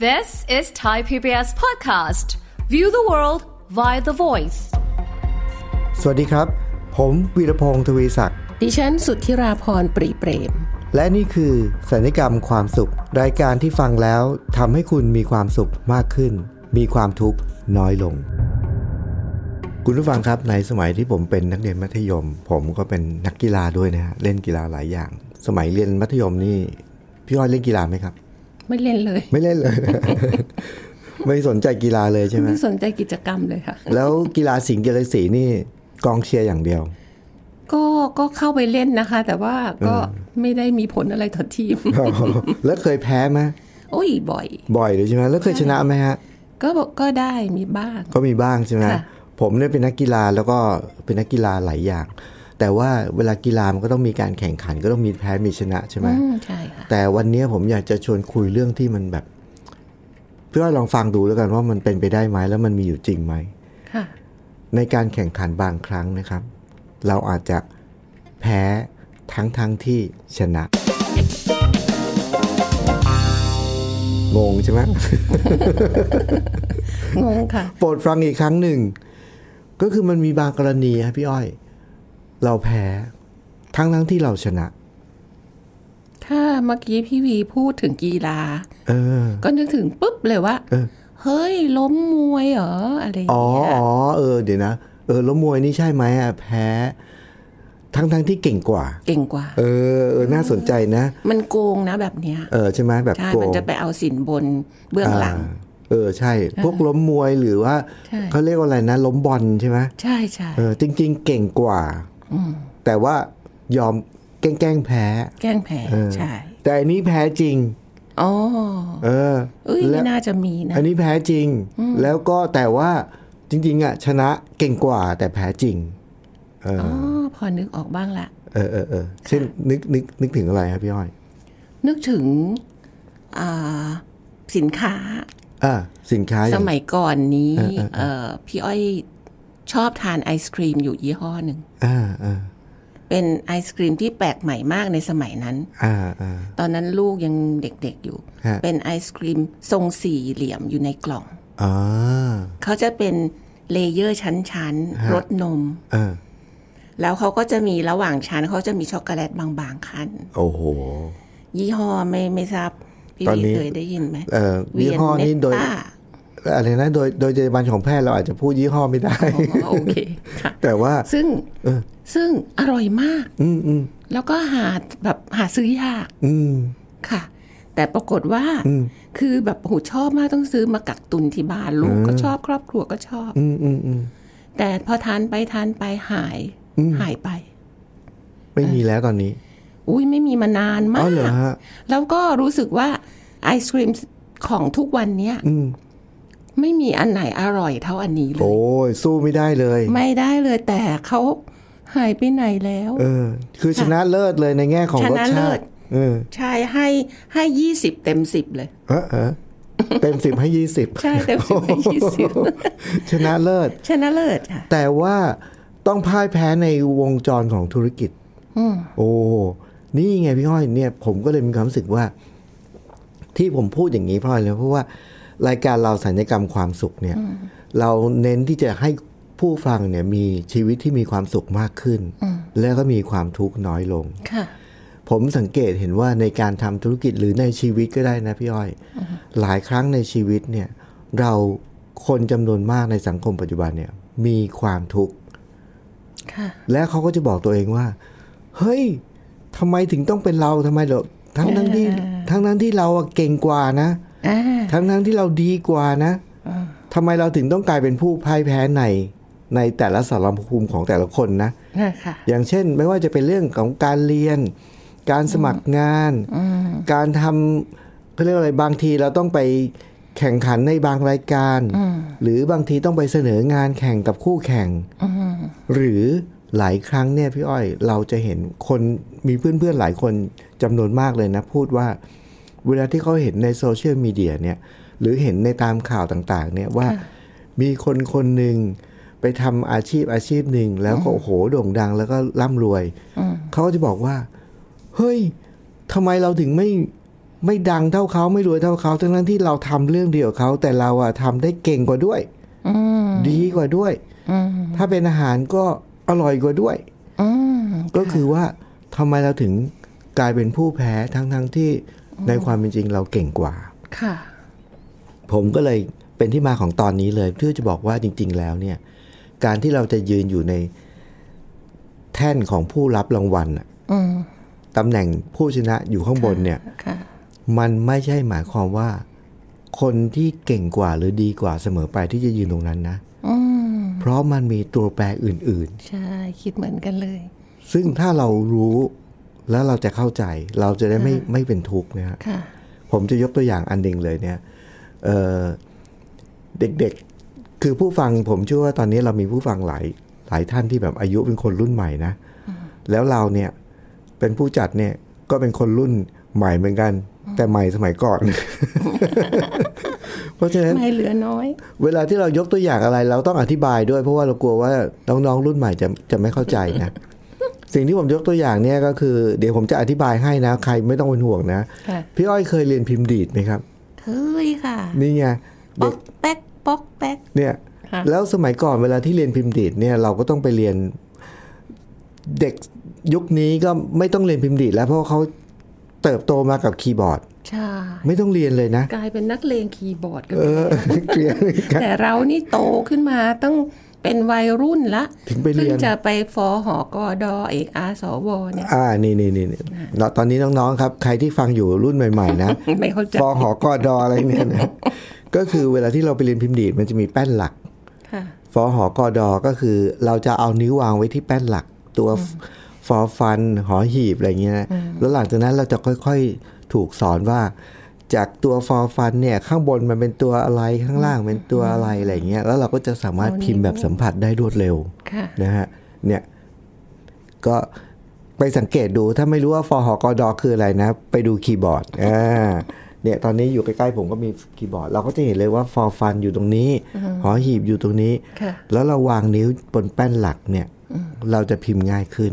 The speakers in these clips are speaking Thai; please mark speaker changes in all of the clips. Speaker 1: This is Thai PBS Podcast. View the world via the voice.
Speaker 2: สวัสดีครับ ผมวีรพงศ์ทวีศักดิ์
Speaker 3: ดิฉันสุทธิราพรปรีเปรม
Speaker 2: และนี่คือสัญญกรรมความสุข รายการที่ฟังแล้วทำให้คุณมีความสุขมากขึ้น มีความทุกข์น้อยลง คุณผู้ฟังครับในสมัยที่ผมเป็นนักเรียนมัธยม ผมก็เป็นนักกีฬาด้วยนะฮะเล่นกีฬาหลายอย่าง สมัยเรียนมัธยมนี่พี่อ้อยเล่นกีฬาไหมครับ
Speaker 3: ไม่เล่นเลย
Speaker 2: ไม่เล่นเลย ไม่สนใจกีฬาเลยใช่ไหม
Speaker 3: ไม่สนใจกิจกรรมเลยค่ะ
Speaker 2: แล้วกีฬาสิงห์กีฬาสีนี่กองเชียร์อย่างเดียว
Speaker 3: ก็ก็เข้าไปเล่นนะคะ แต่ว่าก็ไม่ได้มีผลอะไรต่อทีม
Speaker 2: แล้วเคยแพ้ไหม
Speaker 3: โอ้ยบ่อย
Speaker 2: บ่อยเลยใช่ไหมแล้วเคยชนะไหมฮะ
Speaker 3: ก็บอกก็ได้มีบ้าง
Speaker 2: ก็มีบ้างใช่ไหม
Speaker 3: ค่ะ
Speaker 2: ผมเนี่ยเป็นนักกีฬาแล้วก็เป็นนักกีฬาหลายอย่าง แต่ว่าเวลากีฬามันก็ต้องมีการแข่งขัน ก็ต้องมีแพ้มีชนะใช่ไหม
Speaker 3: อืมใช่ค่ะ
Speaker 2: แต่วันนี้ผมอยากจะชวนคุยเรื่องที่มันแบบ เพื่อลองฟังดูแล้วกันว่ามันเป็นไปได้ไหมแล้วมันมีอยู่จริงไหม
Speaker 3: ค่ะ
Speaker 2: ในการแข่งขันบางครั้งนะครับ เราอาจจะแพ้ทั้งทั้งที่ชนะ งงใช่ไหม
Speaker 3: งงค่ะ
Speaker 2: โปรดฟังอีกครั้งหนึ่ง ก็คือมันมีบางกรณีครับพี่อ้อย เราแพ้ทั้งทั้งที่เราชนะ
Speaker 3: ถ้าเมื่อกี้พี่วีพูดถึงกีฬา
Speaker 2: เออ
Speaker 3: ก็นึกถึงปุ๊บเลยว่า
Speaker 2: เออ
Speaker 3: เฮ้ย ล้มมวยเหรออะไรอย่าง
Speaker 2: อ๋อ
Speaker 3: เงี้ย
Speaker 2: อ๋อเออเดี๋ยวนะเออแล้วมวยนี่ใช่ไหมอ่ะแพ้ ทั้งทั้งที่เก่งกว่า
Speaker 3: เก่งกว่า
Speaker 2: เออเออน่าสนใจนะ
Speaker 3: มันโกงนะแบบเนี้ย
Speaker 2: เออใช่ไหมแบบ
Speaker 3: ใช่
Speaker 2: โก
Speaker 3: มัน
Speaker 2: ง
Speaker 3: จะไปเอาสินบนเบื้องหลัง
Speaker 2: าเออใช่ พวกล้มมวยหรือว่า
Speaker 3: ใช่
Speaker 2: เขาเรียกว่าอะไรนะ ล้มบอลใช่ไหม
Speaker 3: ใช่ใช่
Speaker 2: เออจริง ๆ เก่งกว่าแต่ว่ายอมแกล้งๆแพ้
Speaker 3: แกล้งแพ้
Speaker 2: เออ
Speaker 3: ใช่
Speaker 2: แต่อันนี้แพ้จริง
Speaker 3: อ๋อ
Speaker 2: เออ
Speaker 3: เอ้ย
Speaker 2: และ
Speaker 3: ไม่น่าจะมีนะ
Speaker 2: อันนี้แพ้จริง แล้วก็แต่ว่าจริง ๆ อ่ะ ชนะเก่งกว่า แต่แพ้จริง เออ
Speaker 3: อ๋อ พอนึกออกบ้างละ
Speaker 2: เออเออเออเช่นนึกนึกนึกถึงอะไรครับพี่อ้อย
Speaker 3: นึกถึงอ่าสินค้า
Speaker 2: อ่าสินค้าอ
Speaker 3: ส
Speaker 2: ย่าง
Speaker 3: มัยก่อนนี้เอ่อพี่อ้อยชอบทานไอศครีมอยู่ยี่ห้อหนึ่ง
Speaker 2: อ่าอ่า
Speaker 3: เป็นไอศครีมที่แปลกใหม่มากในสมัยนั้น
Speaker 2: อ่าอ่า
Speaker 3: ตอนนั้นลูกยังเด็กๆอยู่
Speaker 2: ฮะ
Speaker 3: เป็นไอศครีมทรงสี่เหลี่ยมอยู่ในกล่อง
Speaker 2: อ่า
Speaker 3: เขาจะเป็นเลเยอร์ชั้นๆรสนม
Speaker 2: อ่า
Speaker 3: แล้วเขาก็จะมีระหว่างชั้นเขาจะมีช็อกโกแลตบางๆขั้น
Speaker 2: โอ้โห
Speaker 3: ยี่ห้อไม่ไม่ทราบ พี่
Speaker 2: ตอน
Speaker 3: วี
Speaker 2: นี้
Speaker 3: เคยได้ยินไหม
Speaker 2: เอ่อ
Speaker 3: เวี
Speaker 2: ยี่ห้อนี้โดย
Speaker 3: เมตตา
Speaker 2: อะไรนะโดยโดยจรรยาบรรณของแพทย์เราอาจจะพูดยี่ห้อไม่ได้
Speaker 3: อ๋อโอเคค่ะ
Speaker 2: แต่ว่า
Speaker 3: ซึ่ง
Speaker 2: เออ
Speaker 3: ซึ่งอร่อยมาก
Speaker 2: อืมอืม
Speaker 3: แล้วก็หาแบบหาซื้อยาก
Speaker 2: อืม
Speaker 3: ค่ะ แต่ปรากฏว่า คือแบบโหชอบมากต้องซื้อมากักตุนที่บ้านลูกก็ชอบครอบครัวก็ชอบ
Speaker 2: อืมอืมอืม
Speaker 3: แต่พอทานไปทานไปหายหายไป
Speaker 2: ไม่มีแล้วตอนนี้
Speaker 3: อุ้ยไม่มีมานาน
Speaker 2: อ๋
Speaker 3: มา
Speaker 2: อก เหรอฮะ
Speaker 3: แล้วก็รู้สึกว่าไอศครีมของทุกวันเนี้ย
Speaker 2: อืม
Speaker 3: ไม่มีอันไหนอร่อยเท่าอันนี้เลย
Speaker 2: โอ้ยสู้ไม่ได้เลย
Speaker 3: ไม่ได้เลยแต่เขาหายไปไหนแล้ว
Speaker 2: เออ คือชนะเลิศเลยในแง่ของ
Speaker 3: ช
Speaker 2: รส
Speaker 3: นะ
Speaker 2: ชา
Speaker 3: เลิศ
Speaker 2: ติเออ
Speaker 3: ใช่ให้ให้ยี่สิบเต็มสิบเลย
Speaker 2: เออเออเต็มสิบให้ยี่สิบ
Speaker 3: ใช่เต็มสิบให้ยี่สิบ
Speaker 2: ชนะเลิศ
Speaker 3: ชนะเลิศค่ะ
Speaker 2: แต่ว่าต้องพ่ายแพ้ในวงจรของธุรกิจโอ้นี่ไงพี่ห้อยเนี่ย ผมก็เลยมีความรู้สึกว่า ที่ผมพูดอย่างนี้เพราะอะไรรู้ไหมเพราะว่า รายการเราสัญญกรรมความสุขเนี่ย เราเน้นที่จะให้ผู้ฟังเนี่ยมีชีวิตที่มีความสุขมากขึ้น แล้วก็มีความทุกข์น้อยลง
Speaker 3: ค่ะ
Speaker 2: ผมสังเกตเห็นว่าในการทำธุรกิจหรือในชีวิตก็ได้นะพี่อ้อย หลายครั้งในชีวิตเนี่ย เราคนจำนวนมากในสังคมปัจจุบันเนี่ย มีความทุกข์
Speaker 3: ค่ะ
Speaker 2: และเขาก็จะบอกตัวเองว่า เฮ้ยทำไมถึงต้องเป็นเราทำไมเราทั้งทั้งที่ทั้งทั้งที่เราอะเก่งกว่านะ
Speaker 3: อ่า
Speaker 2: ทั้งทั้งที่เราดีกว่านะทำไมเราถึงต้องกลายเป็นผู้พ่ายแพ้ในในแต่ละสารภูมิของแต่ละคนนะ
Speaker 3: นะคะ
Speaker 2: อย่างเช่นไม่ว่าจะเป็นเรื่องของการเรียน การสมัครงาน การทำเขาเรียกว่าอะไรบางทีเราต้องไปแข่งขันในบางรายการ หรือบางทีต้องไปเสนองานแข่งกับคู่แข่ง หรือหลายครั้งเนี่ยพี่อ้อยเราจะเห็นคนมีเพื่อนๆหลายคนจำนวนมากเลยนะ พูดว่า เวลาที่เขาเห็นในโซเชียลมีเดียเนี่ยหรือเห็นในตามข่าวต่างๆ เนี่ยว่ามีคนคนหนึ่งไปทำอาชีพอาชีพหนึ่งแล้วก็โอ้โหโด่งดังแล้วก็ร่ำรวย เขาก็จะบอกว่า เฮ้ยทำไมเราถึงไม่ ไม่ดังเท่าเขาไม่รวยเท่าเขาทั้งนั้นที่เราทำเรื่องเดียวกับเขา แต่เราอะทำได้เก่งกว่าด้วยดีกว่าด้วยถ้าเป็นอาหารก็อร่อยกว่าด้วย
Speaker 3: อืม
Speaker 2: ก็คือว่าทำไมเราถึงกลายเป็นผู้แพ้ทั้งๆที่ในความเป็นจริงเราเก่งกว่า
Speaker 3: ค่ะ
Speaker 2: ผมก็เลยเป็นที่มาของตอนนี้เลยเพื่อจะบอกว่าจริง ๆ แล้วเนี่ย การที่เราจะยืนอยู่ในแท่นของผู้รับรางวัลน่ะ
Speaker 3: อืม
Speaker 2: ตำแหน่งผู้ชนะอยู่ข้างบนเนี่ย
Speaker 3: ค่ะ
Speaker 2: มันไม่ใช่หมายความว่า คนที่เก่งกว่าหรือดีกว่าเสมอไปที่จะยืนตรงนั้นนะ
Speaker 3: อืม
Speaker 2: เพราะมันมีตัวแปรอื่น
Speaker 3: ใช่คิดเหมือนกันเลย
Speaker 2: ๆ ซึ่งถ้าเรารู้แล้วเราจะเข้าใจ เราจะได้ไม่ไม่เป็นทุกข์นะฮะ
Speaker 3: ค่ะ
Speaker 2: ผมจะยกตัวอย่างอันหนึ่งเลยเนี่ยเอ่อเด็กๆ คือผู้ฟังผมเชื่อว่าตอนนี้เรามีผู้ฟังหลายหลายท่านที่แบบอายุเป็นคนรุ่นใหม่นะ แล้วเราเนี่ยเป็นผู้จัดเนี่ยก็เป็นคนรุ่นใหม่เหมือนกัน แต่ใหม่สมัยก่อน เพราะฉะนั้น
Speaker 3: ไม่เหลือน้อย
Speaker 2: เวลาที่เรายกตัวอย่างอะไร เราต้องอธิบายด้วยเพราะว่าเรากลัวว่าน้องๆรุ่นใหม่จะจะไม่เข้าใจ นะ สิ่งที่ผมยกตัวอย่างเนี่ยก็คือ เดี๋ยวผมจะอธิบายให้นะ ใครไม่ต้องเป็นห่วงนะ
Speaker 3: ค่ะ
Speaker 2: พี่อ้อยเคยเรียนพิมพ์ดีดไหมครับ
Speaker 3: เคยค่ะ
Speaker 2: นี่ไง
Speaker 3: ป๊
Speaker 2: เด็
Speaker 3: อก กแป๊กป๊อกแป๊ก
Speaker 2: เนี่ย
Speaker 3: ค่ะ
Speaker 2: แล้วสมัยก่อนเวลาที่เรียนพิมพ์ดีดเนี่ยเราก็ต้องไปเรียน เด็กยุคนี้ก็ไม่ต้องเรียนพิมพ์ดีดแล้วเพราะว่าเขาเติบโตมากับคีย์บอร์ด
Speaker 3: ใช่
Speaker 2: ไม่ต้องเรียนเลยนะ
Speaker 3: กลายเป็นนักเลงคีย์บอร์ดกัน
Speaker 2: เอ
Speaker 3: ไ
Speaker 2: อ
Speaker 3: ปแล้ว
Speaker 2: เรียน
Speaker 3: แต่เรานี่โตขึ้นมาต้องเป็นวัยรุ่นละ
Speaker 2: ถึงไปเรียน
Speaker 3: พิ่จะไปฟอหอกอดอเอกอาสว เนี่ย
Speaker 2: อ่า นี่นี่นี่นี่แล้วตอนนี้น้องๆครับ ใครที่ฟังอยู่รุ่นใหม่ ๆนะ
Speaker 3: ไม่เข้าใจ
Speaker 2: ฟอหอกอดออะไรเนี่ยนะ ก็คือเวลาที่เราไปเรียนพิมพ์ดีดมันจะมีแป้นหลัก
Speaker 3: ค่ะ
Speaker 2: ฟอหอกอดอก็คือ เราจะเอานิ้ววางไว้ที่แป้นหลัก ตัวฟอฟัน หอหีบอะไรเงี้ยนะแล้วหลังจากนั้นเราจะค่อยๆถูกสอนว่า จากตัวฟอฟันเนี่ยข้างบนมันเป็นตัวอะไรข้างล่างเป็นตัวอะไรอะไรเงี้ยแล้วเราก็จะสามารถพิมพ์แบบสัมผัสได้รวดเร็ว
Speaker 3: ค่ะ
Speaker 2: นะฮะเนี่ยก็ไปสังเกตดูถ้าไม่รู้ว่าฟอหอกอดอคืออะไรนะ ไปดูคีย์บอร์ดอ่าเนี่ยตอนนี้อยู่ใกล้ๆผมก็มีคีย์บอร์ด เราก็จะเห็นเลยว่าฟอฟันอยู่ตรงนี้ หอหีบอยู่ตรงนี้
Speaker 3: ค่ะ
Speaker 2: แล้วเราวางนิ้วบนแป้นหลักเนี่ยเราจะพิมพ์ง่ายขึ้น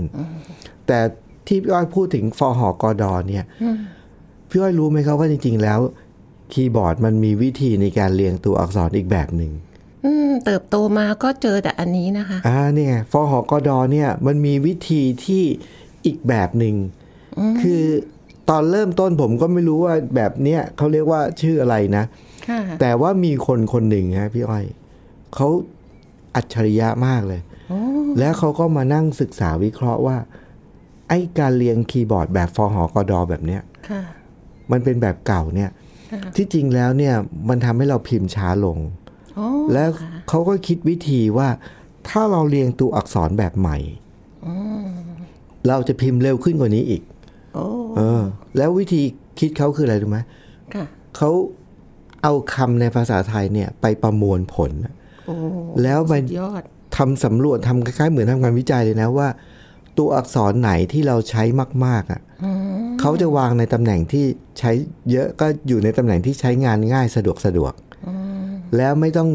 Speaker 2: แต่ที่พี่อ้อยพูดถึงฟอหอกอดอเนี่ยพี่อ้อยรู้ไหมครับว่าจริง ๆ แล้ว คีย์บอร์ดมันมีวิธีในการเรียงตัวอักษรอีกแบบหนึ่ง
Speaker 3: อืมเติบโตมาก็เจอแต่อันนี้นะคะ
Speaker 2: อ่าเนี่ยไงฟอหอกอดอเนี่ยมันมีวิธีที่อีกแบบหนึ่งคือตอนเริ่มต้นผมก็ไม่รู้ว่าแบบเนี้ยเขาเรียกว่าชื่ออะไรนะ
Speaker 3: ค่ะ
Speaker 2: แต่ว่ามีคนคนหนึ่งฮะพี่อ้อยเขาอัจฉริยะมากเลย แล้วเขาก็มานั่งศึกษาวิเคราะห์ว่า ไอ้การเรียงคีย์บอร์ดแบบฟอหอกอดอแบบเนี้ย
Speaker 3: ค่ะ
Speaker 2: มันเป็นแบบเก่าเนี่ย ที่จริงแล้วเนี่ยมันทำให้เราพิมพ์ช้าลง
Speaker 3: โอ้
Speaker 2: แล้วเขาก็คิดวิธีว่า ถ้าเราเรียงตัวอักษรแบบใหม่เราจะพิมพ์เร็วขึ้นกว่านี้อีก
Speaker 3: โอ้
Speaker 2: เออ แล้ววิธีคิดเขาคืออะไรรู้ไหม
Speaker 3: ค่ะ
Speaker 2: เขาเอาคำในภาษาไทยเนี่ย ไปประมวลผล
Speaker 3: โอ้
Speaker 2: แล้วไป
Speaker 3: ยอด
Speaker 2: ทำสำรวจทำคล้ายๆเหมือนทำงานวิจัยเลยนะว่า ตัวอักษรไหนที่เราใช้มาก ๆ อ่ะเขาจะวางในตำแหน่งที่ใช้เยอะก็อยู่ในตำแหน่งที่ใช้งานง่ายสะดวกสะดวกแล้วไม่ต้อง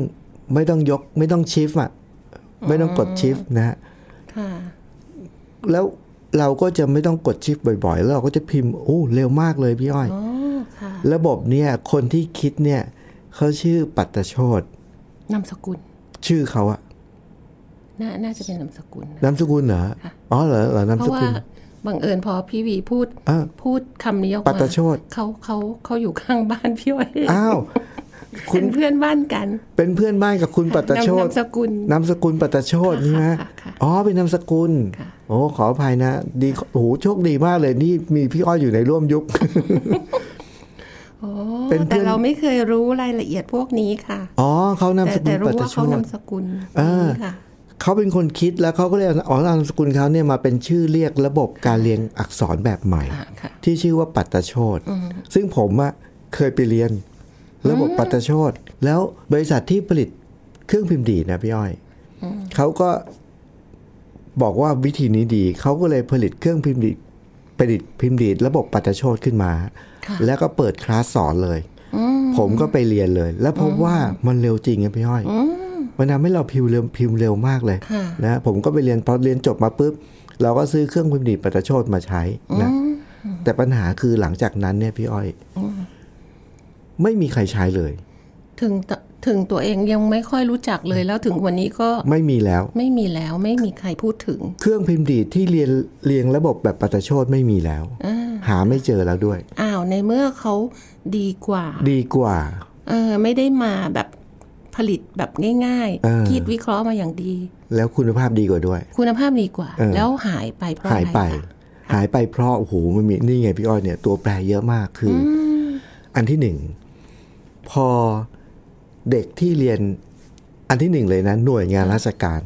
Speaker 2: ไม่ต้องยกไม่ต้องชิฟอ่ะ ไม่ต้องกดชิฟนะฮะ
Speaker 3: ค่ะ
Speaker 2: แล้วเราก็จะไม่ต้องกดชิฟบ่อยๆ แล้วเราก็จะพิมพ์โอ้เร็วมากเลยพี่อ้อย
Speaker 3: โอ้ ค่ะ
Speaker 2: ระบบเนี่ยคนที่คิดเนี่ยเขาชื่อปัตตโชต
Speaker 3: นามสกุล
Speaker 2: ชื่อเขาอะ
Speaker 3: น่า น่าจะเป็นนามสกุลนะ
Speaker 2: นามสกุลเหรออ๋อเหรอเหรอนาม
Speaker 3: เพ
Speaker 2: ส
Speaker 3: ราะว่า
Speaker 2: กุล
Speaker 3: บังเอิญพอพี่วีพูด
Speaker 2: อ่า
Speaker 3: พูดคำนี้ออกมา
Speaker 2: ปัตตโชษ
Speaker 3: เขาเขาเขาอยู่ข้างบ้านพี่อ้อย
Speaker 2: อ้าว คุ
Speaker 3: เป็
Speaker 2: ณ
Speaker 3: นเพื่อนบ้านกัน
Speaker 2: เป็นเพื่อนบ้านกับคุณปัตตโชต
Speaker 3: นามนามสกุล
Speaker 2: นามสกุลปัตตโชตใช่ไหม
Speaker 3: ค่ะค่ะ
Speaker 2: อ๋อเป็นนามสกุล
Speaker 3: ค่ะ
Speaker 2: โอ้ขออภัยนะ ดีโอ้โหโชคดีมากเลยนี่มีพี่อ้อยอยู่ในร่วมยุค
Speaker 3: โอ้
Speaker 2: เป็นเพื่
Speaker 3: แต่
Speaker 2: อน
Speaker 3: เราไม่เคยรู้รายละเอียดพวกนี้ค่ะ
Speaker 2: อ๋อเขานาม
Speaker 3: แต่
Speaker 2: สกุ
Speaker 3: แต่
Speaker 2: ล
Speaker 3: รู้
Speaker 2: ปัตต
Speaker 3: ว่า
Speaker 2: โช
Speaker 3: เขา
Speaker 2: ต
Speaker 3: นามสกุล
Speaker 2: อ่า
Speaker 3: นี้ค่ะ
Speaker 2: เขาเป็นคนคิดแล้วเขาก็เลยเอาอ๋อนามสกุลเขาเนี่ยมาเป็นชื่อเรียกระบบการเรียงอักษรแบบใหม่
Speaker 3: ค่ะค่ะ
Speaker 2: ที่ชื่อว่าปัตตโชตซึ่งผมอะเคยไปเรียน ระบบปัตตโชตแล้วบริษัทที่ผลิตเครื่องพิมพ์ดีดนะพี่อ้อยเขาก็บอกว่าวิธีนี้ดี เขาก็เลยผลิตเครื่องพิมพ์ดีดผลิตพิมพ์ดีดระบบปัตตโชตขึ้นมา
Speaker 3: ค่ะ
Speaker 2: แล้วก็เปิดคลาสสอนเลย ผมก็ไปเรียนเลย แล้วพบว่ามันเร็วจริงนะพี่อ้อยมันทำให้เราพิมพ์เร็วพิมพ์เร็วมากเลย
Speaker 3: ค่ะ
Speaker 2: นะผมก็ไปเรียนพอเรียนจบมาปุ๊บเราก็ซื้อเครื่องพิมพ์ดีดปัตตโชตมาใช้นะ แต่ปัญหาคือหลังจากนั้นเนี่ยพี่อ้อย ไม่มีใครใช้เลย
Speaker 3: ถึงตถึงตัวเองยังไม่ค่อยรู้จักเลยแล้วถึงวันนี้ก็
Speaker 2: ไม่มีแล้ว
Speaker 3: ไม่มีแล้วไม่มีใครพูดถึง
Speaker 2: เครื่องพิมพ์ดีดที่เรียนเรียงระบบแบบปัตตโชดไม่มีแล้ว หาไม่เจอแล้วด้วย
Speaker 3: อ้าวในเมื่อเขาดีกว่า
Speaker 2: ดีกว่า
Speaker 3: เออไม่ได้มาแบบผลิตแบบง่าย
Speaker 2: เออ
Speaker 3: คิดวิเคราะห์มาอย่างดี
Speaker 2: แล้วคุณภาพดีกว่าด้วย
Speaker 3: คุณภาพดีกว่า
Speaker 2: เออ
Speaker 3: แล้วหายไปเพราะ
Speaker 2: หายไป
Speaker 3: อะไรคะ
Speaker 2: หายไปเพราะโอ้โหมันมีนี่ไงพี่อ้อยเนี่ย ตัวแปรเยอะมากคือออันที่หนึ่ง พอเด็กที่เรียน อันที่หนึ่งเลยนะ หน่วยงานราชการ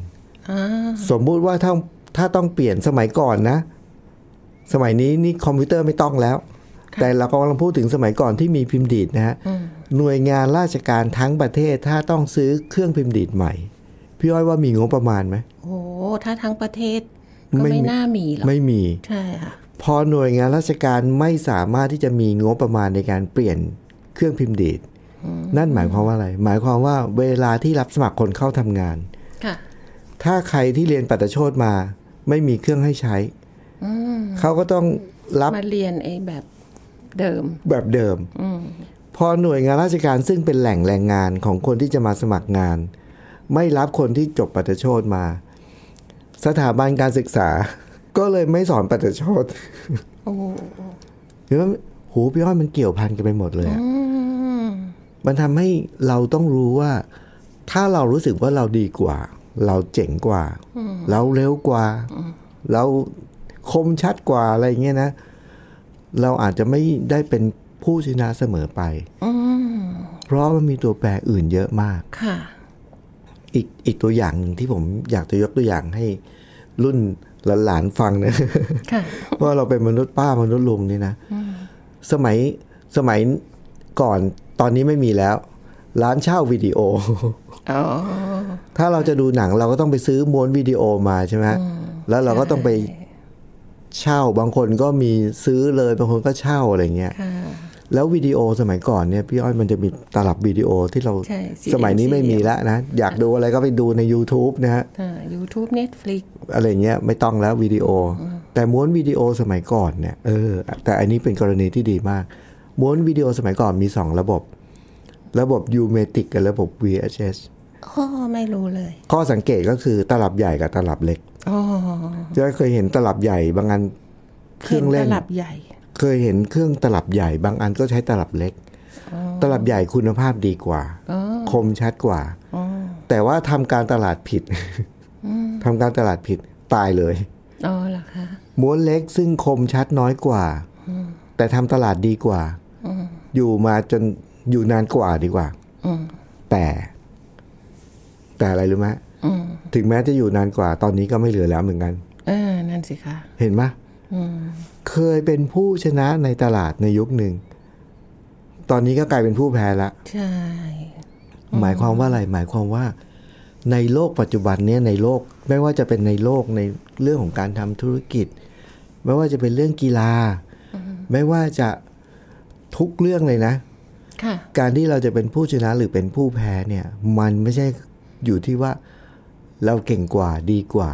Speaker 3: อ่า
Speaker 2: สมมุติว่าถ้าถ้าต้องเปลี่ยนสมัยก่อนนะ สมัยนี้นี่คอมพิวเตอร์ไม่ต้องแล้ว แต่เรากำลังพูดถึงสมัยก่อนที่มีพิมพ์ดีดนะฮะหน่วยงานราชการทั้งประเทศถ้าต้องซื้อเครื่องพิมพ์ดีดใหม่ พี่อ้อยว่ามีงบประมาณไหม
Speaker 3: โอ้ถ้าทั้งประเทศก็
Speaker 2: ไม่มี
Speaker 3: ไม่น่ามีหรอก
Speaker 2: ไม่มี
Speaker 3: ใช่ค่ะ
Speaker 2: พอหน่วยงานราชการไม่สามารถที่จะมีงบประมาณในการเปลี่ยนเครื่องพิมพ์ดีด นั่นหมายความว่าอะไร หมายความว่าเวลาที่รับสมัครคนเข้าทำงาน
Speaker 3: ค่ะ
Speaker 2: ถ้าใครที่เรียนปัตตโชดมา ไม่มีเครื่องให้ใช้เขาก็ต้องรับ
Speaker 3: มาเรียนไอ้แบบเดิม
Speaker 2: แบบเดิมพอหน่วยงานราชการซึ่งเป็นแหล่งแรงงานของคนที่จะมาสมัครงาน ไม่รับคนที่จบปัตตโชดมา สถาบันการศึกษา ก็เลยไม่สอนปัตตโชด
Speaker 3: โอ้โห
Speaker 2: หรือว่าหูพี่อ้อยมันเกี่ยวพันกันไปหมดเลยอะมันทำให้เราต้องรู้ว่า ถ้าเรารู้สึกว่าเราดีกว่า เราเจ๋งกว่า เราเร็วกว่า เราคมชัดกว่าอะไรอย่างเงี้ยนะ เราอาจจะไม่ได้เป็นผู้ชนะเสมอไป เพราะมันมีตัวแปรอื่นเยอะมาก
Speaker 3: ค่ะ
Speaker 2: อีกอีกตัวอย่างหนึ่งที่ผมอยากจะยกตัวอย่างให้รุ่นหลานๆฟังนะ
Speaker 3: ค่ะ
Speaker 2: ว่าเราเป็นมนุษย์ป้ามนุษย์ลุงนี่นะสมัยสมัยก่อนตอนนี้ไม่มีแล้ว ร้านเช่าวิดีโอ
Speaker 3: อ๋อ
Speaker 2: ถ้าเราจะดูหนังเราก็ต้องไปซื้อม้วนวิดีโอมาใช่ไหมแล้วเราก็ต้องไปเช่าบางคนก็มีซื้อเลยบางคนก็เช่าอะไรเงี้ย
Speaker 3: ค่ะ
Speaker 2: แล้ววิดีโอสมัยก่อนเนี่ยพี่อ้อยมันจะมีตลับวิดีโอที่เรา
Speaker 3: ใช่สี่เหลี่ยม
Speaker 2: สมัยนี้ไม่มีแล้วนะ อยากดูอะไรก็ไปดูใน YouTube นะฮะ
Speaker 3: อ่า YouTube Netflix
Speaker 2: อะไรเงี้ยไม่ต้องแล้ววิดีโอ แต่ม้วนวิดีโอสมัยก่อนเนี่ยเออแต่อันนี้เป็นกรณีที่ดีมาก ม้วนวิดีโอสมัยก่อนมี 2 ระบบ ระบบ u m a t i c กับระบบ VHS
Speaker 3: อ๋อไม่รู้เลย
Speaker 2: ข้อสังเกตก็คือตลับใหญ่กับตลับเล็ก
Speaker 3: อ๋อ
Speaker 2: จะเคยเห็นตลับใหญ่บางอันเครื่องเล่น
Speaker 3: ห็ตลับใหญ่
Speaker 2: เคยเห็นเครื่องตลับใหญ่ บางอันก็ใช้ตลับเล็ก ตลับใหญ่คุณภาพดีกว่า คมชัดกว่า แต่ว่าทำการตลาดผิดทำการตลาดผิดตายเลย
Speaker 3: อ๋อเหรอคะ
Speaker 2: ม้วนเล็กซึ่งคมชัดน้อยกว่า แต่ทำตลาดดีกว่า อยู่มาจนอยู่นานกว่าดีกว่าแต่ แต่อะไรรู้ไหมถึงแม้จะอยู่นานกว่า ตอนนี้ก็ไม่เหลือแล้วเหมือนกัน
Speaker 3: เออนั่นสิคะ
Speaker 2: เห็นไหมเคยเป็นผู้ชนะในตลาดในยุคหนึ่ง ตอนนี้ก็กลายเป็นผู้แพ้ละ
Speaker 3: ใช่
Speaker 2: หมายความว่าอะไร หมายความว่า ในโลกปัจจุบันเนี้ยในโลก ไม่ว่าจะเป็นในโลกในเรื่องของการทำธุรกิจ ไม่ว่าจะเป็นเรื่องกีฬา ไม่ว่าจะทุกเรื่องเลยนะ
Speaker 3: ค่ะ
Speaker 2: การที่เราจะเป็นผู้ชนะหรือเป็นผู้แพ้เนี่ย มันไม่ใช่อยู่ที่ว่าเราเก่งกว่าดีกว่า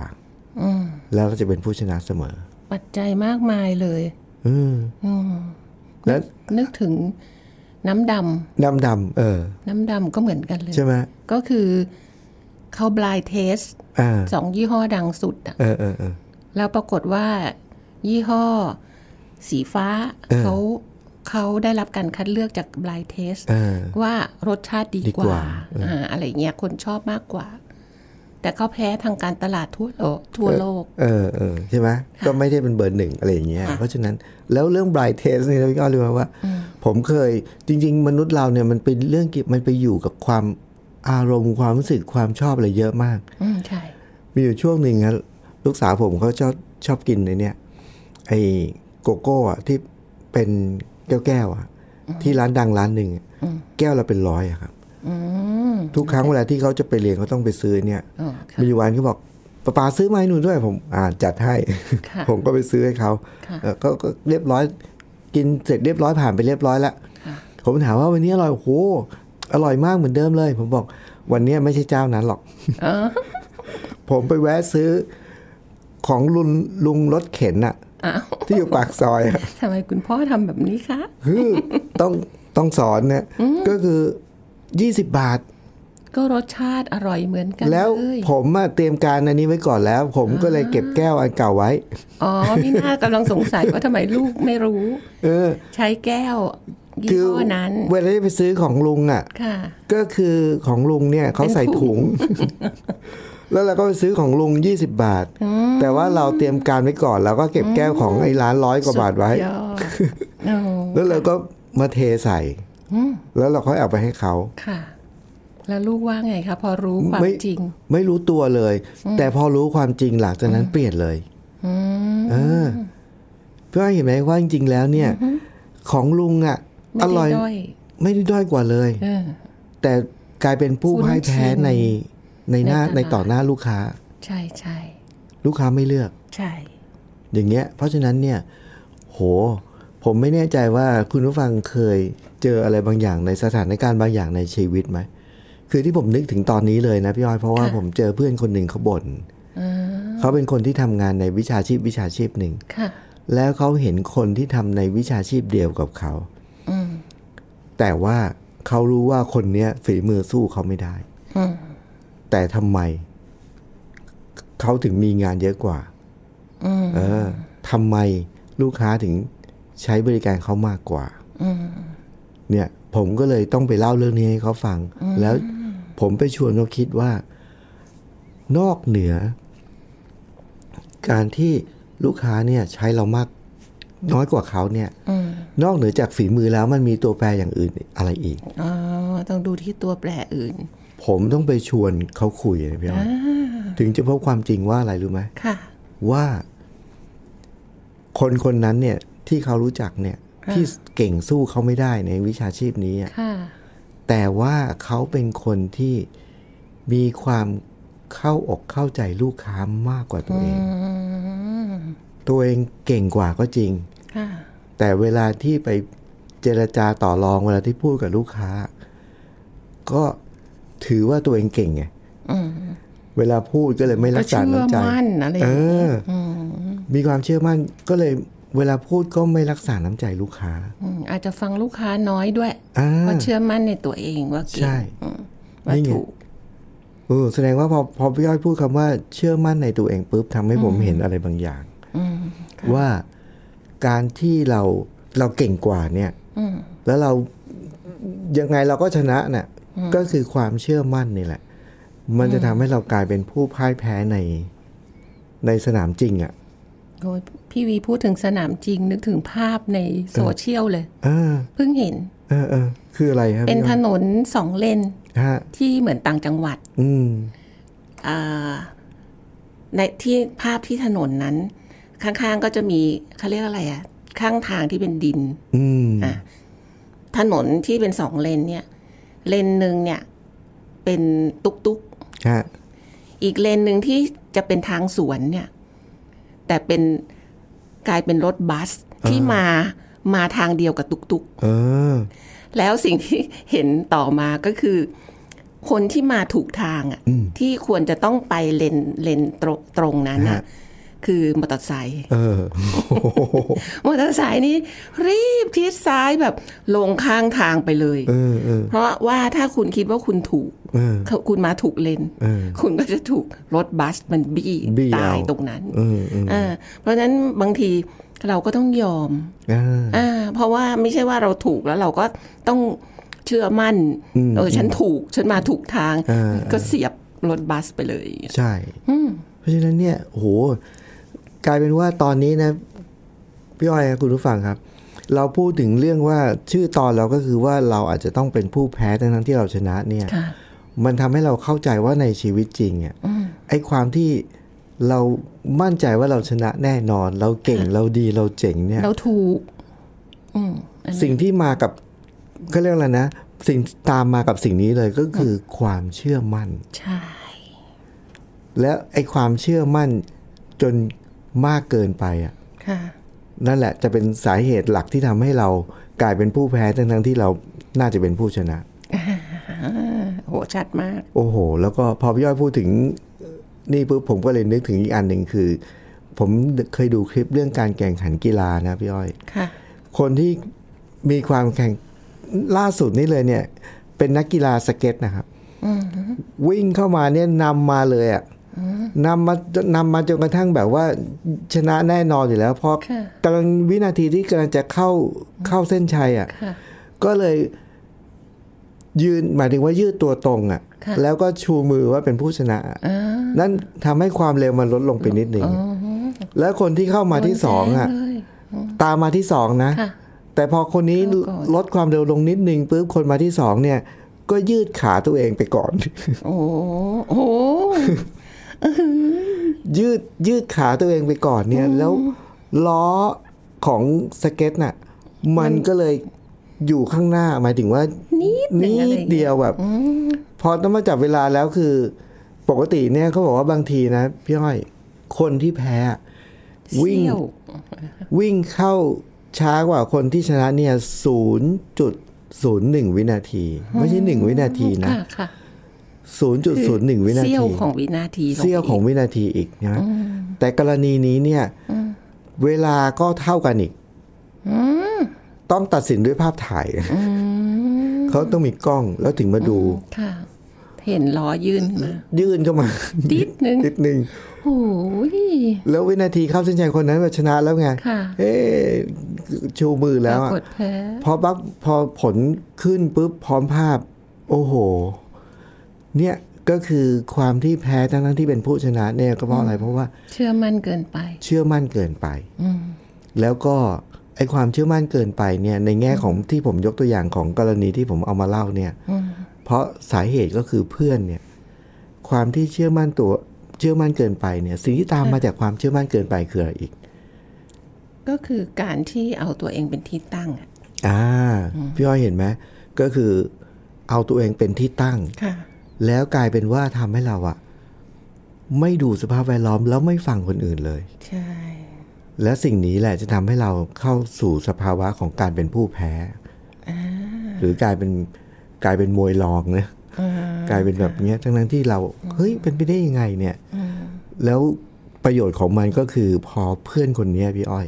Speaker 2: แล้วเราจะเป็นผู้ชนะเสมอ
Speaker 3: ปัจจัยมากมายเลย
Speaker 2: อืมและ
Speaker 3: นึกถึงน้ำด
Speaker 2: ดำดำๆเออ
Speaker 3: ำน้ำดำก็เหมือนกันเลย
Speaker 2: ใช่ไหม
Speaker 3: ก็คือเขาบลายเทส
Speaker 2: อ่า
Speaker 3: สองยี่ห้อดังสุดอะ
Speaker 2: เออเออเออ
Speaker 3: แล้วปรากฏว่า ยี่ห้อ สีฟ้าเขาเขาได้รับการคัดเลือกจากบลายเทส
Speaker 2: เออ
Speaker 3: ว่ารสชาติดี
Speaker 2: ดี
Speaker 3: ก
Speaker 2: ก
Speaker 3: ว่า
Speaker 2: ว่า
Speaker 3: อ่าอะไรเงี้ยคนชอบมากกว่า แต่เขาแพ้ทางการตลาดทั่วโลกทั่วโลก
Speaker 2: เออเออใช่ไหมก็ไม่ได้เป็นเบอร์หนึ่งอะไรอย่างเงี้ย เพราะฉะนั้นแล้วเรื่อง blind taste นี่เราก็รู้มาว่า ผมเคยจริง ๆ มนุษย์เราเนี่ยมันเป็นเรื่องเกี่ยวมันไปอยู่กับความอารมณ์ความรู้สึกความชอบอะไรเยอะมาก
Speaker 3: อืมใช่
Speaker 2: มีอยู่ช่วงหนึ่งครับลูกสาวผมเขาชอบชอบกินในเนี่ยไอ้โกโก้อะที่เป็นแก้วแก้วๆอะที่ร้านดังร้านหนึ่งอะแก้วละเป็นร้อยอะครับทุกครั้งเวลาที่เขาจะไปเรียนเขาต้องไปซื้อเนี่ย
Speaker 3: อ๋อค่ะ
Speaker 2: มีอยู่วันเขาบอกป้าปาซื้อมาให้หนูด้วยผม อ่าจัดให้
Speaker 3: ค่ะ
Speaker 2: ผมก็ไปซื้อให้เขา
Speaker 3: ค่ะ
Speaker 2: เออก็ก็เรียบร้อย กินเสร็จเรียบร้อยผ่านไปเรียบร้อยแล้วผมถามว่าวันนี้อร่อยโอ้โหอร่อยมากเหมือนเดิมเลย ผมบอก วันนี้ไม่ใช่เจ้านั้นหรอก
Speaker 3: อ๋อ
Speaker 2: ผมไปแวะซื้อของลุงลุงรถเข็นอะ
Speaker 3: อ้าว
Speaker 2: ที่อยู่ปากซอย อะ
Speaker 3: ทำไมคุณพ่อทำแบบนี้คะ
Speaker 2: คือต้องต้องสอนเนี่ยก็คือ 20 บาท
Speaker 3: ก็รสชาติอร่อยเหมือนกัน
Speaker 2: แล้ว
Speaker 3: เย
Speaker 2: ผมอะเตรียมการอันนี้ไว้ก่อนแล้ว ผมก็เลยเก็บแก้วอันเก่าไว้
Speaker 3: อ๋อพี่น่ากำลังสงสัยว่าทำไมลูกไม่รู้
Speaker 2: เออ
Speaker 3: ใช้แก้วยี่
Speaker 2: คือ
Speaker 3: ห้อนั้น
Speaker 2: เวลาที่ไปซื้อของลุงอ่ะ
Speaker 3: ค่ะ
Speaker 2: ก็คือของลุงเนี่ยเขาใส่ถุง แล้วเราก็ไปซื้อของลุง 20 บาท แต่ว่าเราเตรียมการไว้ก่อนเราก็เก็บแก้วของไอ้ร้านร้อยกว่าบาทไว้
Speaker 3: สุดยอ ดโอ้
Speaker 2: แล้วเราก็มาเทใส่ แล้วเราค่อยเอาไปให้เขา
Speaker 3: ค่ะ แล้วลูกว่าไงคะ พอรู้ความ
Speaker 2: ไม่
Speaker 3: จริง
Speaker 2: ไม่รู้ตัวเลย แต่พอรู้ความจริงหลังจากนั้นเปลี่ยนเลยเออเพื่อให้เห็นไหมว่าจริง ๆ แล้วเนี่ย ของลุงอ่ะ
Speaker 3: ไม่
Speaker 2: อ
Speaker 3: ได้
Speaker 2: ร่อย
Speaker 3: ด้อย
Speaker 2: ไม่ได้ด้อยกว่าเลย
Speaker 3: เออ
Speaker 2: แต่กลายเป็นผู้
Speaker 3: คุ้น
Speaker 2: พ่ายแพ้
Speaker 3: ชิน
Speaker 2: ในในหน้า
Speaker 3: ใน
Speaker 2: ใน
Speaker 3: ตลาด
Speaker 2: ต่อหน้าลูกค้า
Speaker 3: ใช่ใช่
Speaker 2: ลูกค้าไม่เลือก
Speaker 3: ใช่
Speaker 2: อย่างเงี้ย เพราะฉะนั้นเนี่ย โห ผมไม่แน่ใจว่าคุณผู้ฟังเคยเจออะไรบางอย่างในสถานการณ์บางอย่างในชีวิตไหม คือที่ผมนึกถึงตอนนี้เลยนะพี่อ้อยเพราะว่าผมเจอเพื่อนคนหนึ่งเขาบ่นเขาเป็นคนที่ทำงานในวิชาชีพวิชาชีพหนึ่ง
Speaker 3: ค่ะ
Speaker 2: แล้วเขาเห็นคนที่ทำในวิชาชีพเดียวกับเขาแต่ว่าเขารู้ว่าคนเนี้ยฝีมือสู้เขาไม่ได้แต่ทำไม เขาถึงมีงานเยอะกว่าเออทำไมลูกค้าถึงใช้บริการเขามากกว่าเนี่ย ผมก็เลยต้องไปเล่าเรื่องนี้ให้เขาฟัง แล้วผมไปชวนเขาคิดว่า นอกเหนือ การที่ลูกค้าเนี่ยใช้เรามากน้อยกว่าเขาเนี่ยนอกเหนือจากฝีมือแล้วมันมีตัวแปรอย่างอื่นอะไรอีก
Speaker 3: อ๋อ ต้องดูที่ตัวแปรอื่น
Speaker 2: ผมต้องไปชวนเขาคุยนะพี่อ้อยถึงจะพบความจริงว่าอะไรรู้ไหม
Speaker 3: ค่ะ
Speaker 2: ว่า คนคนนั้นเนี่ย ที่เขารู้จักเนี่ย ที่เก่งสู้เขาไม่ได้ในวิชาชีพนี้อะ
Speaker 3: ค่ะ
Speaker 2: แต่ว่าเขาเป็นคนที่มีความเข้าอกเข้าใจลูกค้ามากกว่าตัวเอง
Speaker 3: อืม
Speaker 2: ตัวเองเก่งกว่าก็จริง
Speaker 3: ค่ะ
Speaker 2: แต่เวลาที่ไปเจรจาต่อรองเวลาที่พูดกับลูกค้า ก็ถือว่าตัวเองเก่งไงเวลาพูดก็เลยไม่รักษาน้ำใจ
Speaker 3: ก็เชื่อมั่นอะไรอ
Speaker 2: เอย่าง
Speaker 3: เงี้ย
Speaker 2: ออมีความเชื่อมั่นก็เลยเวลาพูดก็ไม่รักษาน้ำใจลูกค้า
Speaker 3: อืมอาจจะฟังลูกค้าน้อยด้วย
Speaker 2: อ่า
Speaker 3: เพราะเชื่อมั่นในตัวเองว่าเก่ง
Speaker 2: ใช่
Speaker 3: อืมว่าถูก
Speaker 2: เออแสดงว่าพอพอพี่ย้อยพูดคำว่าเชื่อมั่นในตัวเองปุ๊บทำให้ผมเห็นอะไรบางอย่างว่าการที่เราเราเก่งกว่าเนี่ยแล้วเรายังไงเราก็ชนะเนี่ยก็คือความเชื่อมั่นนี่แหละ มันจะทำให้เรากลายเป็นผู้พ่ายแพ้ในในสนามจริงอะ่ะ
Speaker 3: โอ้ยพี่วีพูดถึงสนามจริงนึกถึงภาพในโซเชียลเลย
Speaker 2: เออ
Speaker 3: เพิ่งเห็น
Speaker 2: เออเออคืออะไรครับ
Speaker 3: เป็น
Speaker 2: พี่
Speaker 3: ถ
Speaker 2: อ้อย
Speaker 3: นนสองเลน
Speaker 2: ฮะ
Speaker 3: ที่เหมือนต่างจังหวัด
Speaker 2: อืม
Speaker 3: อ่าในที่ภาพที่ถนนนั้น ข้างๆก็จะมีเขาเรียกอะไรอะข้างทางที่เป็นดิน
Speaker 2: อืม
Speaker 3: อ่ะ ถนนที่เป็นสองเลนเนี่ย เลนหนึ่งเนี่ย เป็นตุกตุก
Speaker 2: ฮะ
Speaker 3: ๆอีกเลนหนึ่งที่จะเป็นทางสวนเนี่ย แต่เป็นกลายเป็นรถบัสที่มามาทางเดียวกับตุกตุกๆ
Speaker 2: เออ
Speaker 3: แล้วสิ่งที่เห็นต่อมาก็คือ คนที่มาถูกทางอ่ะที่ควรจะต้องไปเลนเลนตรงตรงนั้นอ่ะ
Speaker 2: ฮะ
Speaker 3: คือมอเตอร์ไซค์
Speaker 2: เออ
Speaker 3: มอเตอร์ไซค์นี่รีบทิศซ้ายแบบลงข้างทางไปเลย
Speaker 2: เออเออ
Speaker 3: เพราะว่าถ้าคุณคิดว่าคุณถูก
Speaker 2: เออ
Speaker 3: เขาคุณมาถูกเลน
Speaker 2: เออ
Speaker 3: คุณก็จะถูกรถบัสมันบี้
Speaker 2: บี้
Speaker 3: ตาย
Speaker 2: เอา
Speaker 3: ตรงนั้น
Speaker 2: เออเออ
Speaker 3: เเพราะฉะนั้นบางทีเราก็ต้องยอม
Speaker 2: อ่า
Speaker 3: อ่าเพราะว่าไม่ใช่ว่าเราถูกแล้วเราก็ต้องเชื่อมั่น เออ ฉันถูก ฉันมาถูกทาง
Speaker 2: อ่า
Speaker 3: ก็เสียบรถบัสไปเลย
Speaker 2: ใช่ เพราะฉะนั้นเนี่ยโหกลายเป็นว่าตอนนี้นะ พี่อ้อยครับคุณผู้ฟังครับ เราพูดถึงเรื่องว่าชื่อตอนเราก็คือว่าเราอาจจะต้องเป็นผู้แพ้ทั้งทั้งๆที่เราชนะเนี่ย
Speaker 3: ค่ะ
Speaker 2: มันทำให้เราเข้าใจว่าในชีวิตจริงอ่ะไอ้ความที่เรามั่นใจว่าเราชนะแน่นอน เราเก่งเราดีเราเจ๋งเนี่ย
Speaker 3: เราถูก
Speaker 2: สิ่งที่มากับเขาเรียกอะไรนะ สิ่งตามมากับสิ่งนี้เลยก็คืออความเชื่อมั่น
Speaker 3: ใช่
Speaker 2: และไอ้ความเชื่อมั่นจนมากเกินไปอ่ะ
Speaker 3: ค่ะ
Speaker 2: นั่นแหละจะเป็นสาเหตุหลักที่ทำให้เรากลายเป็นผู้แพ้ทั้งทั้งๆที่เราน่าจะเป็นผู้ชนะ
Speaker 3: โห ชัดมาก
Speaker 2: โอ้โห แล้วก็พอพี่ย้อยพูดถึงนี่ปุ๊บผมก็เลยนึกถึงอีกอันหนึ่งคือ ผมเคยดูคลิปเรื่องการแข่งขันกีฬานะพี่อ้อย
Speaker 3: ค่ะ
Speaker 2: คนที่มีความแข่งล่าสุดนี่เลยเนี่ย เป็นนักกีฬาสเก็ตนะครับวิ่งเข้ามาเนี่ยนำมาเลยอะ่ะนำมานำมาจนกระทั่งแบบว่าชนะแน่นอนอยู่แล้ว เพราะ
Speaker 3: ค่ะ
Speaker 2: กำลังวินาทีที่กำลังจะเข้าเข้าเส้นชัยอะ่ะ
Speaker 3: ค่ะ
Speaker 2: ก็เลยยืนหมายถึงว่ายืดตัวตรงอะ่ะ
Speaker 3: ค่ะ
Speaker 2: แล้วก็ชูมือว่าเป็นผู้ชนะอะ
Speaker 3: อ่า
Speaker 2: นั่นทำให้ความเร็วมันลดลงไปนิดหนึ่งแล้วคนที่เข้ามาที่สองอ่ะ
Speaker 3: แจ้เลย
Speaker 2: ตามมาที่สองนะ
Speaker 3: ค่ะ
Speaker 2: แต่พอคนนี้
Speaker 3: เข้าก่อน
Speaker 2: ลดความเร็วลงนิดนึงปุ๊บคนมาที่สองเนี่ย ก็ยืดขาตัวเองไปก่อน
Speaker 3: โอ้โหโอ้โห
Speaker 2: ยืดยืดขาตัวเองไปก่อนเนี่ย แล้วล้อของสเก็ตน่ะ มันก็เลยอยู่ข้างหน้าหมายถึงว่า
Speaker 3: นิดหนึ่งอะ
Speaker 2: นิ
Speaker 3: ไรอางงี้
Speaker 2: เดียวแบบพอต้องมาจับเวลาแล้วคือ ปกติเนี่ยเขาบอกว่าบางทีนะพี่อ้อยคนที่แพ้อะ วิ่ง
Speaker 3: เสี้ย
Speaker 2: วิ่งเข้าช้ากว่าคนที่ชนะเนี่ย 0.01 วินาที ไม่ใช่ 1 วินาทีนะ
Speaker 3: ค่ะค่ะ
Speaker 2: 0.01 วินา
Speaker 3: เสี้ยว
Speaker 2: ที
Speaker 3: ของวินาทีลไป
Speaker 2: เสี้ยวของวินาทีอีกนะแต่กรณีนี้เนี่ย เวลาก็เท่ากันอีก ต้องตัดสินด้วยภาพถ่าย เขาต้องมีกล้องแล้วถึงมาดู
Speaker 3: ค่ะ เห็นล้อยื่นมา
Speaker 2: ยื่นเข้ามา
Speaker 3: นิดนึง
Speaker 2: นิดนึง
Speaker 3: โอ้ย
Speaker 2: แล้ววินาทีเข้าเส้นชัยคนนั้นมาชนะแล้วไง
Speaker 3: ค่ะ
Speaker 2: เอ๊ะชูมือ
Speaker 3: ป
Speaker 2: แล้ว
Speaker 3: รา
Speaker 2: อะ
Speaker 3: กฏแพ้
Speaker 2: พอปั๊บพอผลขึ้นปุ๊บพร้อมภาพ โอ้โห เนี่ยก็คือความที่แพ้ทั้งทั้งๆที่เป็นผู้ชนะเนี่ยก็เพราะอะไรเพราะว่า
Speaker 3: เชื่อมั่นเกินไป
Speaker 2: เชื่อมั่นเกินไปแล้วก็ไอความเชื่อมั่นเกินไปเนี่ยในแง่ของที่ผมยกตัวอย่างของกรณีที่ผมเอามาเล่าเนี่ยเพราะสาเหตุก็คือเพื่อนเนี่ย ความที่เชื่อมั่นตัวเชื่อมั่นเกินไปเนี่ย สิ่งที่ตามมาจากความเชื่อมั่นเกินไปคืออะไรอีก
Speaker 3: ก็คือการที่เอาตัวเองเป็นที่ตั้งอะ
Speaker 2: อ่าพี่อ้อยเห็นไหมก็คือเอาตัวเองเป็นที่ตั้ง
Speaker 3: ค่ะ
Speaker 2: แล้วกลายเป็นว่าทำให้เราอะไม่ดูสภาพแวดล้อมแล้วไม่ฟังคนอื่นเลย
Speaker 3: ใช่
Speaker 2: และสิ่งนี้แหละจะทำให้เราเข้าสู่สภาวะของการเป็นผู้แพ้ หรือกลายเป็นกลายเป็นมวยรองนะกลายเป็นแบบเนี้ยทั้งนั้นที่เราเฮ้ยเป็นไปได้ยังไงเนี่ยแล้วประโยชน์ของมันก็คือพอเพื่อนคนเนี้ยพี่อ้อย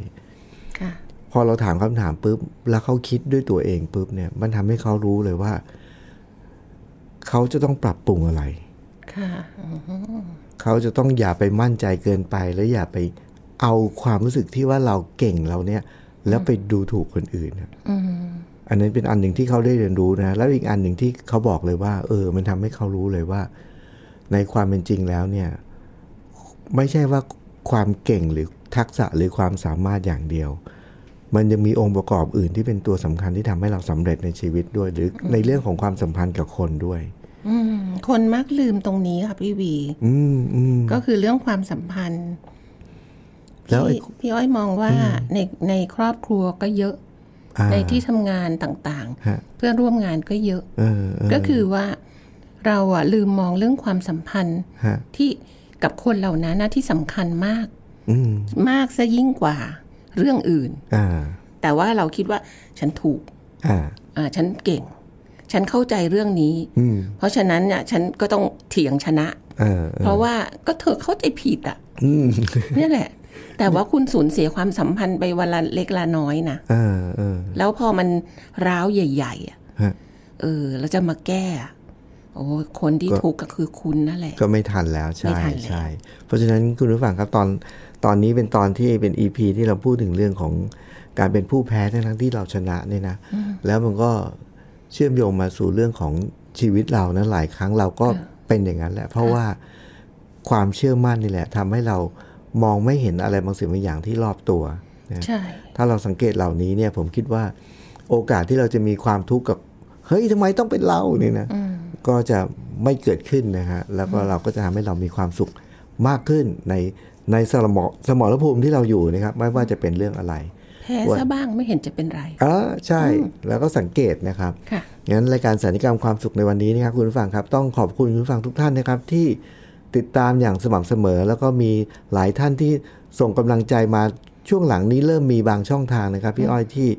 Speaker 3: ค่ะ
Speaker 2: พอเราถามคำถามปุ๊บ แล้วเขาคิดด้วยตัวเองปุ๊บเนี่ย มันทำให้เขารู้เลยว่า เขาจะต้องปรับปรุงอะไร
Speaker 3: ค่ะ
Speaker 2: เขาจะต้องอย่าไปมั่นใจเกินไป แล้วอย่าไปเอาความรู้สึกที่ว่าเราเก่งเราเนี่ย แล้วไปดูถูกคนอื่นนะอันนั้นเป็นอันหนึ่งที่เขาได้เรียนรู้นะ แล้วอีกอันหนึ่งที่เขาบอกเลยว่า เออ มันทำให้เขารู้เลยว่า ในความเป็นจริงแล้วเนี่ย ไม่ใช่ว่าความเก่งหรือทักษะหรือความสามารถอย่างเดียว มันยังมีองค์ประกอบอื่นที่เป็นตัวสำคัญที่ทำให้เราสำเร็จในชีวิตด้วย หรือในเรื่องของความสัมพันธ์กับคนด้วย
Speaker 3: อืม คนมักลืมตรงนี้ค่ะพี่วี
Speaker 2: อืมอืม
Speaker 3: ก็คือเรื่องความสัมพันธ์
Speaker 2: แล้วไอ้
Speaker 3: พี่พี่อ้อยมองว่าในในครอบครัวก็เยอะ
Speaker 2: อ่า
Speaker 3: ในที่ทำงานต่าง
Speaker 2: ฮะ
Speaker 3: ๆ เพื่อนร่วมงานก็เยอะ
Speaker 2: เออเออ
Speaker 3: ก็คือว่าเราอะลืมมองเรื่องความสัมพันธ์
Speaker 2: ฮะ
Speaker 3: ที่กับคนเหล่านั้นนะที่สำคัญมาก
Speaker 2: อืม
Speaker 3: มากซะยิ่งกว่าเรื่องอื่น
Speaker 2: อ่า
Speaker 3: แต่ว่าเราคิดว่าฉันถูก
Speaker 2: อ่า
Speaker 3: อ่าฉันเก่ง ฉันเข้าใจเรื่องนี้
Speaker 2: อืม
Speaker 3: เพราะฉะนั้นเนี่ยฉันก็ต้องเถียงชนะ
Speaker 2: เออเอ
Speaker 3: เพ
Speaker 2: อ
Speaker 3: ราะว่าก็เธอเข้าใจผิดอ่ะ
Speaker 2: อืม
Speaker 3: นี่แหละ แต่ว่าคุณสูญเสียความสัมพันธ์ไปวันละเล็กละน้อยนะ
Speaker 2: เออเออ
Speaker 3: แล้วพอมันร้าวใหญ่ ๆอะ
Speaker 2: ฮะ
Speaker 3: เออ แล้วจะมาแก้อะโอ้ยคนที่ทุกข์ก็คือคุณนั่นแหละ
Speaker 2: ก็ไม่ทันแล้ว
Speaker 3: ไม่
Speaker 2: ใช่
Speaker 3: ทันแล้ว
Speaker 2: ใช่ เพราะฉะนั้นคุณผู้ฟังครับตอนตอนนี้เป็นตอนที่เป็น EP ที่เราพูดถึงเรื่องของการเป็นผู้แพ้ทั้งทั้งที่เราชนะเนี่ยนะ แล้วมันก็เชื่อมโยงมาสู่เรื่องของชีวิตเรานะหลายครั้งเราก็เป็นอย่างนั้นแหละ เพราะว่าความเชื่อมั่นนี่แหละทำให้เรามองไม่เห็นอะไรบางสิ่งบางอย่างที่รอบตัวนะ
Speaker 3: ใช่
Speaker 2: ถ้าเราสังเกตเหล่านี้เนี่ยผมคิดว่าโอกาสที่เราจะมีความทุกข์กับ เฮ้ยทำไมต้องเป็นเราเนี่ยนะก็จะไม่เกิดขึ้นนะฮะแล้วก็เราก็จะทำให้เรามีความสุขมากขึ้นในในสมองสมรภูมิที่เราอยู่นะครับ ไม่ว่าจะเป็นเรื่องอะไร
Speaker 3: แพ้ซะบ้างไม่เห็นจะเป็นไร
Speaker 2: อ๋อใช่แล้วก็สังเกตนะครับ
Speaker 3: ค่ะ
Speaker 2: งั้นรายการสันนิกรรมความสุขในวันนี้นะครับคุณผู้ฟังครับต้องขอบคุณคุณผู้ฟังทุกท่านนะครับที่ติดตามอย่างสม่ำเสมอ แล้วก็มีหลายท่านที่ส่งกำลังใจมาช่วงหลังนี้เริ่มมีบางช่องทางนะครับ พี่อ้อยที่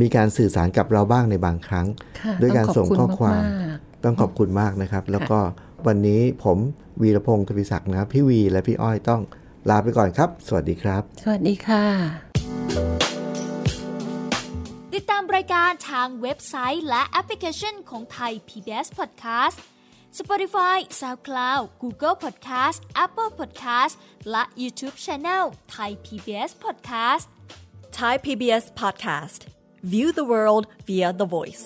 Speaker 2: มีการสื่อสารกับเราบ้างในบางครั้ง
Speaker 3: ค่ะ
Speaker 2: ด้วยการส่งข้อความ
Speaker 3: ต้องขอบ
Speaker 2: ต้องขอบคุ
Speaker 3: คุณมาก
Speaker 2: ณมากนะครับ แล้วก็วันนี้ผมวีรพงศ์ทวิศักดิ์นะครับพี่วีและพี่อ้อยต้อง ลาไปก่อนครับ สวัสดีครับ
Speaker 3: สวัสดีค่ะ
Speaker 4: ติดตามรายการทางเว็บไซต์และแอปพลิเคชันของไทย PBS Podcast Spotify SoundCloud Google Podcast Apple Podcast และ YouTube Channel Thai PBS Podcast
Speaker 1: Thai PBS podcast. View the world via the voice.